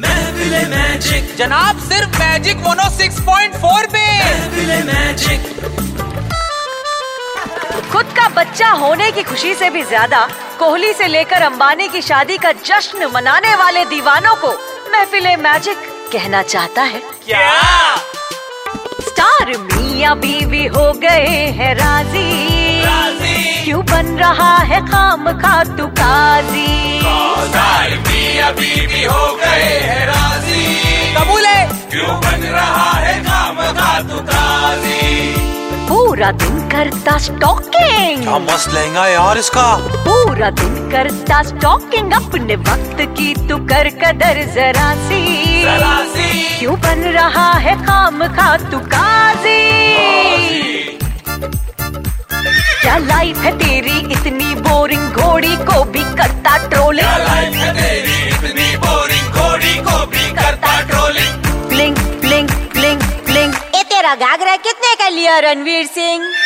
महफिले magic जनाब सिर्फ magic mono 6.4 पे महफिले मैजिक खुद का बच्चा होने की खुशी से भी ज्यादा कोहली से लेकर अंबानी की शादी का जश्न मनाने वाले दीवानों को महफिल मैजिक कहना चाहता है क्या स्टार मियाँ बीवी हो गए हैं राजी क्यों बन रहा है खाम खा तू काजी बीबी हो गए है राजी कबूल है क्यों बन रहा है काम का तू काजी पूरा दिन करता स्टॉकिंग मस्त लहंगा है यार इसका पूरा दिन करता स्टॉकिंग अपने वक्त की तू कर कदर जरा सी क्यों बन रहा है काम खा तू काजी क्या लाइफ है तेरी इतनी बोरिंग घोड़ी को भी करता ट्रोलिंग लाइफ है तेरी इतनी बोरिंग घोड़ी को भी करता trolling blink blink blink blink ए तेरा घाघरा कितने का लिया रणवीर सिंह